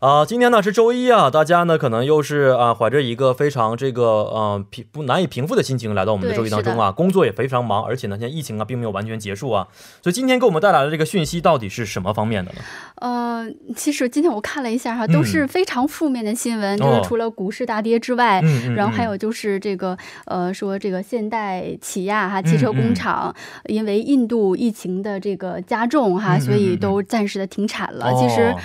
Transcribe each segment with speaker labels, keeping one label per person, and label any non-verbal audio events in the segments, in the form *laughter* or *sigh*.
Speaker 1: 啊、今天呢是周一啊，大家呢可能又是啊怀着一个非常这个呃平不难以平复的心情来到我们的
Speaker 2: 对
Speaker 1: 周一当中啊，工作也非常忙，而且呢现在疫情啊并没有完全结束啊，所以今天给我们带来的这个讯息到底是什么方面的呢？
Speaker 2: 呃，其实今天我看了一下哈，都
Speaker 1: 嗯
Speaker 2: 是非常负面的新闻，就
Speaker 1: 哦
Speaker 2: 是除了股市大跌之外。
Speaker 1: 嗯嗯，
Speaker 2: 哎然后还
Speaker 1: 嗯
Speaker 2: 有就是这个，呃，说这个现代起亚哈
Speaker 1: 嗯
Speaker 2: 汽车
Speaker 1: 嗯
Speaker 2: 工厂，因为印度疫情的这个加重哈，
Speaker 1: 嗯
Speaker 2: 所
Speaker 1: 嗯
Speaker 2: 以
Speaker 1: 嗯
Speaker 2: 都暂时的停产了。其实
Speaker 1: 哦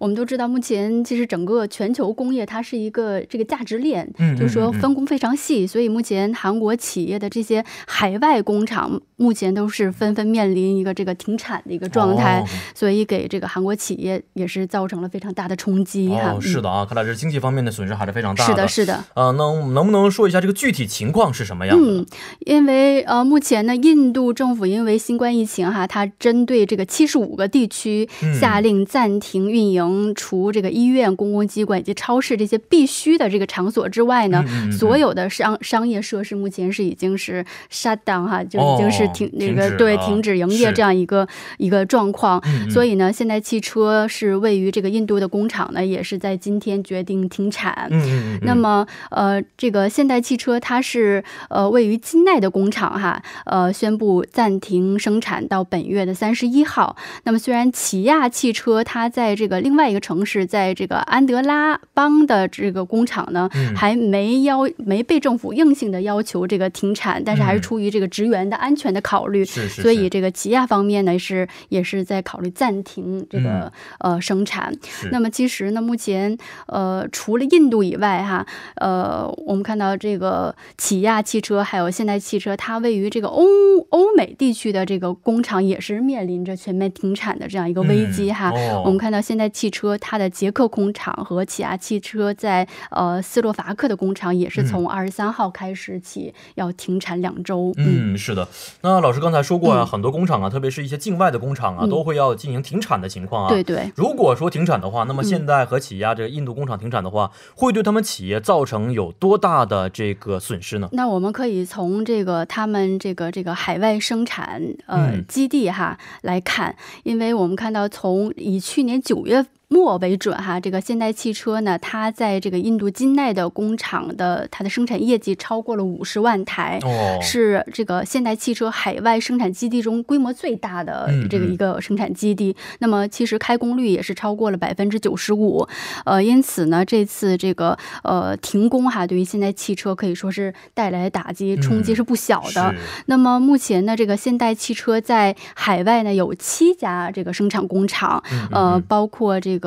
Speaker 2: 我们都知道，目前其实整个全球工业它是一个这个价值链，
Speaker 1: 嗯嗯
Speaker 2: 就是说
Speaker 1: 嗯嗯
Speaker 2: 分工非常细，所以目前韩国企业的这些海外工厂目前都是纷纷面临一个这个停产的一个状态，
Speaker 1: 哦
Speaker 2: 所以给这个韩国企业也是造成了非常大的冲击哈。
Speaker 1: 哦，是
Speaker 2: 嗯，
Speaker 1: 的啊，看来这经济方面的损失还是非常大
Speaker 2: 是的，是的。
Speaker 1: 啊，能能不能说一下这个具体情况是什么样的？
Speaker 2: 嗯，因为呃，目前呢，印度政府因为新冠疫情哈，它针对这个七十五个地区
Speaker 1: 嗯
Speaker 2: 下令暂停运营，除这个医院、公共机关以及超市这些必须的这个场所之外呢，
Speaker 1: 嗯嗯嗯
Speaker 2: 所有的商商业设施目前是已经是 shut down 哈，就已经是
Speaker 1: 哦
Speaker 2: 停、那
Speaker 1: 停
Speaker 2: 个
Speaker 1: 止
Speaker 2: 对
Speaker 1: 了
Speaker 2: 停止营业
Speaker 1: 是
Speaker 2: 这样一个一个状况。
Speaker 1: 嗯嗯
Speaker 2: 所以呢，现在汽车是位于这个印度的工厂呢，也是在今天决定停产。
Speaker 1: 嗯嗯嗯，
Speaker 2: 那么，呃，这个现代汽车它是呃位于金奈的工厂哈，呃宣布暂停生产到本月的三十一号。那么，虽然起亚汽车它在这个另外一个城市，在这个安德拉邦的这个工厂呢，
Speaker 1: 嗯
Speaker 2: 还没要没被政府硬性的要求这个停产，但是还是
Speaker 1: 嗯
Speaker 2: 出于这个职员的安全的考虑，
Speaker 1: 是是，
Speaker 2: 所以
Speaker 1: 这
Speaker 2: 这个起亚方面呢是也是在考虑暂停这个、
Speaker 1: 嗯
Speaker 2: 呃生产。那么其实呢，目前呃除了印度以外哈，呃我们看到这个起亚汽车还有现代汽车，它位于这个欧欧美地区的这个工厂也是面临着全面停产的这样一个危机哈。
Speaker 1: 哦、
Speaker 2: 我们看到现代汽车它的捷克工厂和起亚汽车在呃斯洛伐克的工厂也是从二十三号开始起要停产两周。
Speaker 1: 嗯，是的。那老师刚才说过啊，
Speaker 2: 嗯
Speaker 1: 很多工厂啊，特别是一些境外的工厂啊，
Speaker 2: 嗯
Speaker 1: 都会要进行停产的情况啊。
Speaker 2: 对。嗯对。
Speaker 1: 如果说停产的话，那么现在和起亚这个印度工厂停产的话，会对他们企业造成有多大的这个损失呢？
Speaker 2: 那我们可以从这个他们这个这个海外生产呃、
Speaker 1: 嗯
Speaker 2: 基地哈来看，因为我们看到从以去年九月。末为准哈，这个现代汽车呢，它在这个印度金奈的工厂的它的生产业绩超过了五十万台，
Speaker 1: 哦，
Speaker 2: 是这个现代汽车海外生产基地中规模最大的
Speaker 1: 嗯
Speaker 2: 这个
Speaker 1: 嗯
Speaker 2: 一个生产基地。那么其实开工率也是超过了百分之九十五，呃，因此呢，这次这个呃停工哈，对于现代汽车可以说是带来的打击冲击
Speaker 1: 嗯
Speaker 2: 是不小的。
Speaker 1: 是
Speaker 2: 那么目前呢，这个现代汽车在海外呢有七家这个生产工厂，
Speaker 1: 嗯嗯
Speaker 2: 呃
Speaker 1: 嗯，
Speaker 2: 包括这个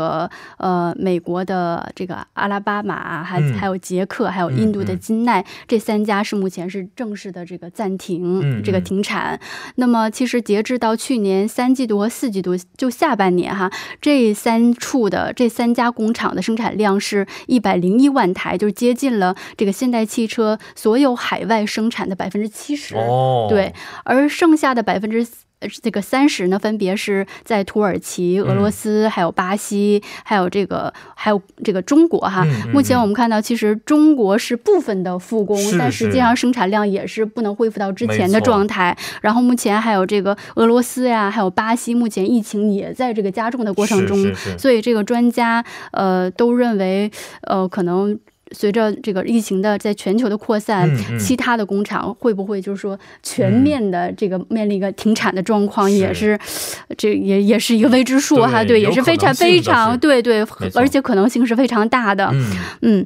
Speaker 2: 呃美国的这个阿拉巴马，还
Speaker 1: 嗯
Speaker 2: 还有捷克，还有印度的金奈，这三家是目前是正式的这个暂停、
Speaker 1: 嗯嗯
Speaker 2: 这个停产。那么其实截至到去年三季度和四季度，就下半年哈，这三处的这三家工厂的生产量是一百零一万台，就是接近了这个现代汽车所有海外生产的百分之七十。
Speaker 1: 哦，
Speaker 2: 对，而剩下的百分之这个三十呢，分别是在土耳其、俄
Speaker 1: 嗯
Speaker 2: 罗斯、还有巴西，还有这个还有这个中国哈。
Speaker 1: 嗯嗯
Speaker 2: 啊目前
Speaker 1: 嗯
Speaker 2: 我们看到，其实中国是部分的复工，
Speaker 1: 是
Speaker 2: 但
Speaker 1: 是
Speaker 2: 实际上生产量也是不能恢复到之前的
Speaker 1: 没错
Speaker 2: 状态。然后目前还有这个俄罗斯呀，还有巴西，目前疫情也在这个加重的过程中，
Speaker 1: 是是是
Speaker 2: 所以这个专家呃都认为，呃，可能随着这个疫情的在全球的扩散，
Speaker 1: 嗯嗯
Speaker 2: 其他的工厂会不会就是说全面的这个面临一个停产的状况，
Speaker 1: 是
Speaker 2: 也是这也也是一个未知数哈，
Speaker 1: 对
Speaker 2: 对，也
Speaker 1: 有
Speaker 2: 是
Speaker 1: 可
Speaker 2: 非
Speaker 1: 能
Speaker 2: 常
Speaker 1: 性
Speaker 2: 非
Speaker 1: 的是
Speaker 2: 常对对
Speaker 1: 没，错
Speaker 2: 而且可能性是非常大的，
Speaker 1: 嗯，
Speaker 2: 嗯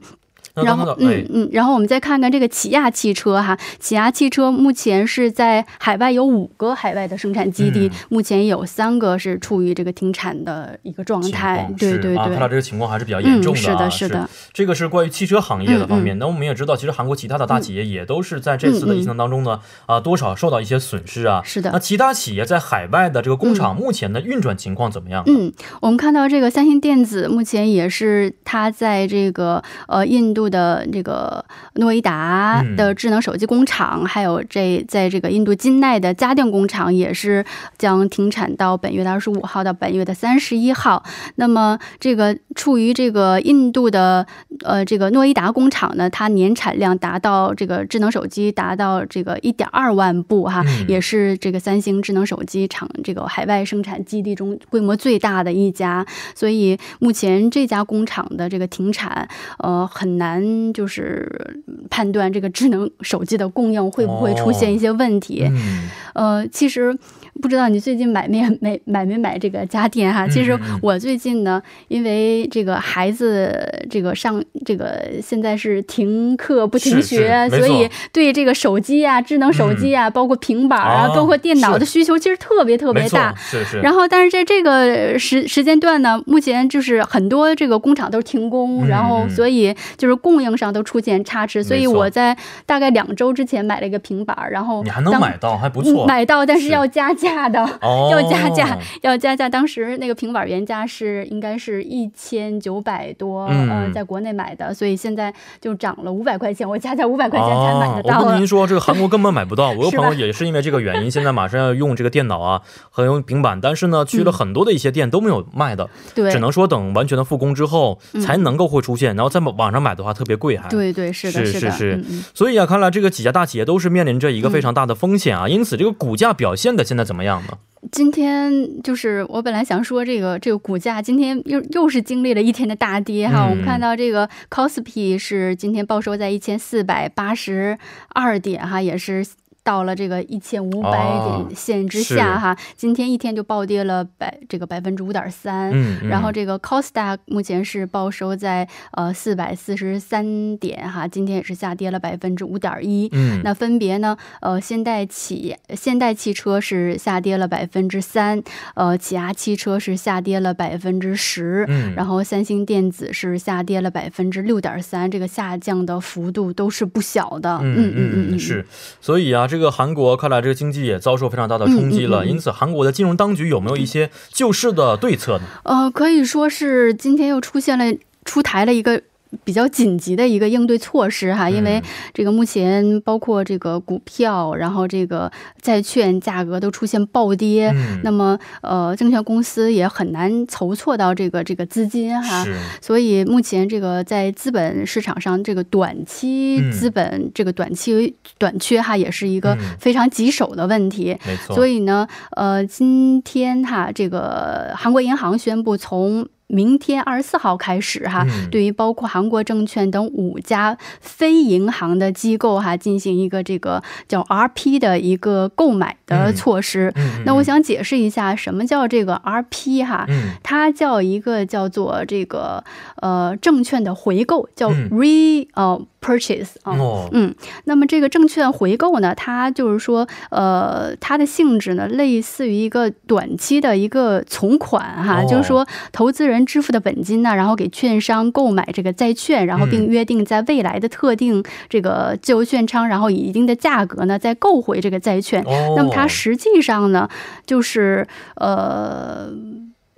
Speaker 1: 那
Speaker 2: 然
Speaker 1: 刚才
Speaker 2: 后
Speaker 1: 的，哎
Speaker 2: 嗯，嗯，然后我们再看看这个起亚汽车哈，起亚汽车目前是在海外有五个海外的生产基地，
Speaker 1: 嗯
Speaker 2: 目前有三个是处于这个停产的一个状
Speaker 1: 情
Speaker 2: 态
Speaker 1: 况，
Speaker 2: 对
Speaker 1: 是
Speaker 2: 对
Speaker 1: 啊，
Speaker 2: 对，
Speaker 1: 看来这个情况还是比较严
Speaker 2: 嗯，
Speaker 1: 重的、
Speaker 2: 是
Speaker 1: 啊
Speaker 2: 的，是的，嗯
Speaker 1: 这个是关于汽车行业的方面。那、我们也知道，其实韩国其他的大企业也都是在这次的疫情当中呢，啊、多少受到一些损失啊。
Speaker 2: 嗯是的嗯
Speaker 1: 那其他企业在海外的这个工厂目前的运转情况怎么样？
Speaker 2: 嗯，我们看到这个三星电子目前也是它在这个呃印度度的这个诺伊达
Speaker 1: 嗯
Speaker 2: 的智能手机工厂，还有这在这个印度金奈的家电工厂，也是将停产到本月的二十五号到本月的三十一号。那么这个处于这个印度的呃这个诺伊达工厂呢，它年产量达到这个智能手机达到这个一点二万部哈、
Speaker 1: 嗯
Speaker 2: 也是这个三星智能手机厂这个海外生产基地中规模最大的一家。所以目前这家工厂的这个停产，呃，很难就是判断这个智能手机的供应会不会出现一些问题。
Speaker 1: 哦嗯，
Speaker 2: 呃，其实不知道你最近买没买买没买这个家电哈？
Speaker 1: 嗯
Speaker 2: 其实
Speaker 1: 嗯嗯
Speaker 2: 我最近呢，因为这个孩子这个上这个现在是停课不停
Speaker 1: 是
Speaker 2: 学，
Speaker 1: 是没错
Speaker 2: 所以对这个手机啊、智能手机啊，包括平板啊、
Speaker 1: 啊
Speaker 2: 包括电脑的
Speaker 1: 是
Speaker 2: 需求，其实特别特别
Speaker 1: 没错
Speaker 2: 大。，
Speaker 1: 是是，
Speaker 2: 然后，但是在这个时时间段呢，目前就是很多这个工厂都是停工，
Speaker 1: 嗯
Speaker 2: 然后
Speaker 1: 嗯
Speaker 2: 所以就是供应上都出现差池，所以
Speaker 1: 没错
Speaker 2: 我在大概两周之前买了一个平板儿，然后
Speaker 1: 你还能
Speaker 2: 当嗯
Speaker 1: 买到，还不错，
Speaker 2: 买到，但是
Speaker 1: 是
Speaker 2: 要加价的。
Speaker 1: 哦，
Speaker 2: 要加价，要加价。当时那个平板原价是应该是一千九百多，
Speaker 1: 嗯
Speaker 2: 呃，在国内买的，所以现在就涨了五百块钱，我加价五百块钱才
Speaker 1: 哦
Speaker 2: 买得，
Speaker 1: 我
Speaker 2: 到
Speaker 1: 跟
Speaker 2: 了。
Speaker 1: 您说，这个韩国根本买不
Speaker 2: *laughs*
Speaker 1: 到。我有
Speaker 2: 是吧
Speaker 1: 朋友也是因为这个原因，现在马上要用这个电脑啊，和用平板，但是呢，去
Speaker 2: 嗯
Speaker 1: 了很多的一些店都没有卖的，
Speaker 2: 对嗯
Speaker 1: 只，能说等完全的复工之后才能够会出现，然后在网上买的话特别贵还。。
Speaker 2: 对对，是的，
Speaker 1: 是
Speaker 2: 的，
Speaker 1: 是
Speaker 2: 嗯嗯。
Speaker 1: 所以啊，看来这个几家大企业都是面临着一个非常大的风险啊，因此这个股价表现的现在怎么样呢？
Speaker 2: 今天就是我本来想说这个这个股价，今天又又是经历了一天的大跌哈。
Speaker 1: 嗯
Speaker 2: 我们看到这个 c o s p i 是今天报收在一千四百八十二点哈，也是。到了这个一千五百
Speaker 1: 哦
Speaker 2: 点线之
Speaker 1: 是
Speaker 2: 下哈，今天一天就暴跌了百这个百分之五点三，
Speaker 1: 嗯，嗯
Speaker 2: 然后这个 Costa 目前是报收在呃四百四十三点哈，今天也是下跌了百分之五点一。
Speaker 1: 嗯，
Speaker 2: 那分别呢？呃，现代企现代汽车是下跌了百分之三，呃，起亚汽车是下跌了百分之十，
Speaker 1: 嗯，
Speaker 2: 然
Speaker 1: 后
Speaker 2: 后三星电子是下跌了百分之六点三，这个下降的幅度都是不小的。
Speaker 1: 嗯嗯
Speaker 2: 嗯
Speaker 1: 嗯是，所以啊，这个韩国看来这个经济也遭受非常大的冲击了，
Speaker 2: 嗯嗯嗯嗯
Speaker 1: 因此韩国的金融当局有没有一些救市的对策呢？
Speaker 2: 呃，可以说是今天又出现了出台了一个。比较紧急的一个应对措施哈，因为
Speaker 1: 嗯
Speaker 2: 这个目前包括这个股票，然后这个债券价格都出现暴跌，
Speaker 1: 嗯
Speaker 2: 那么呃，证券公司也很难筹措到这个这个资金哈，
Speaker 1: 是，
Speaker 2: 所以目前这个在资本市场上，这个短期
Speaker 1: 嗯
Speaker 2: 资本这个短期短缺哈，也是一个
Speaker 1: 嗯
Speaker 2: 非常棘手的问题。
Speaker 1: 没错，
Speaker 2: 所
Speaker 1: 以
Speaker 2: 以呢，呃，今天哈，这个韩国银行宣布，从明天二十四号开始哈、
Speaker 1: 嗯
Speaker 2: 啊对于包括韩国证券等五家非银行的机构哈，进行一个这个叫 RP 的一个购买的
Speaker 1: 嗯
Speaker 2: 措施。
Speaker 1: 嗯，
Speaker 2: 那我想解释一下，什么叫这个 RP 哈？
Speaker 1: 嗯，嗯，
Speaker 2: 它叫一个叫做这个呃证券的回购，叫
Speaker 1: 嗯
Speaker 2: re 呃 purchase 啊、
Speaker 1: 哦，
Speaker 2: 嗯，那么这个证券回购呢，它就是说，呃，它的性质呢，类似于一个短期的一个存款哈，
Speaker 1: 哦
Speaker 2: 就是说投资人支付的本金呢，然后给券商购买这个债券，然后并
Speaker 1: 嗯
Speaker 2: 约定在未来的特定这个自由券商，然后以一定的价格呢，再购回这个债券。
Speaker 1: 哦，
Speaker 2: 嗯那么它实际上呢，就是呃，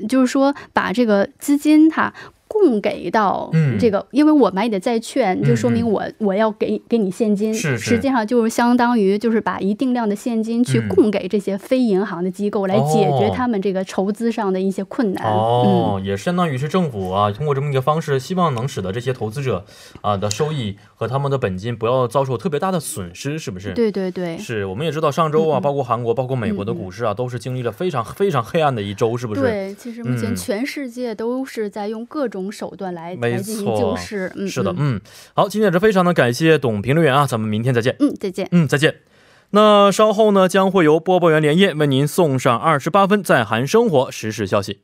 Speaker 2: 就是说把这个资金它。供给到
Speaker 1: 嗯
Speaker 2: 这个，因为我买你的债券，就说明
Speaker 1: 嗯
Speaker 2: 我我要给给你现金，
Speaker 1: 是是
Speaker 2: 实际上就是相当于就是把一定量的现金去
Speaker 1: 嗯
Speaker 2: 供给这些非银行的机构，来解决他们这个筹资上的一些困难。嗯，
Speaker 1: 哦，也相当于是政府啊，通过这么一个方式，希望能使得这些投资者啊的收益和他们的本金不要遭受特别大的损失，是不是？。
Speaker 2: 嗯对嗯对对，
Speaker 1: 是我们也知道，上周啊，包括韩国、包括美国的股市啊，都是经历了非常非常黑暗的一周，是不是？
Speaker 2: 嗯对，其实目前
Speaker 1: 嗯
Speaker 2: 全世界都是在用各种手段来
Speaker 1: 没
Speaker 2: 来进行
Speaker 1: 错
Speaker 2: 救市。嗯，
Speaker 1: 是的，
Speaker 2: 嗯，
Speaker 1: 嗯，好，今天也是非常的感谢董评论员啊，咱们明天再见，
Speaker 2: 嗯，再见。
Speaker 1: 嗯，再见。那稍后呢，将会由播报员连夜为您送上二十八分在韩生活时事消息。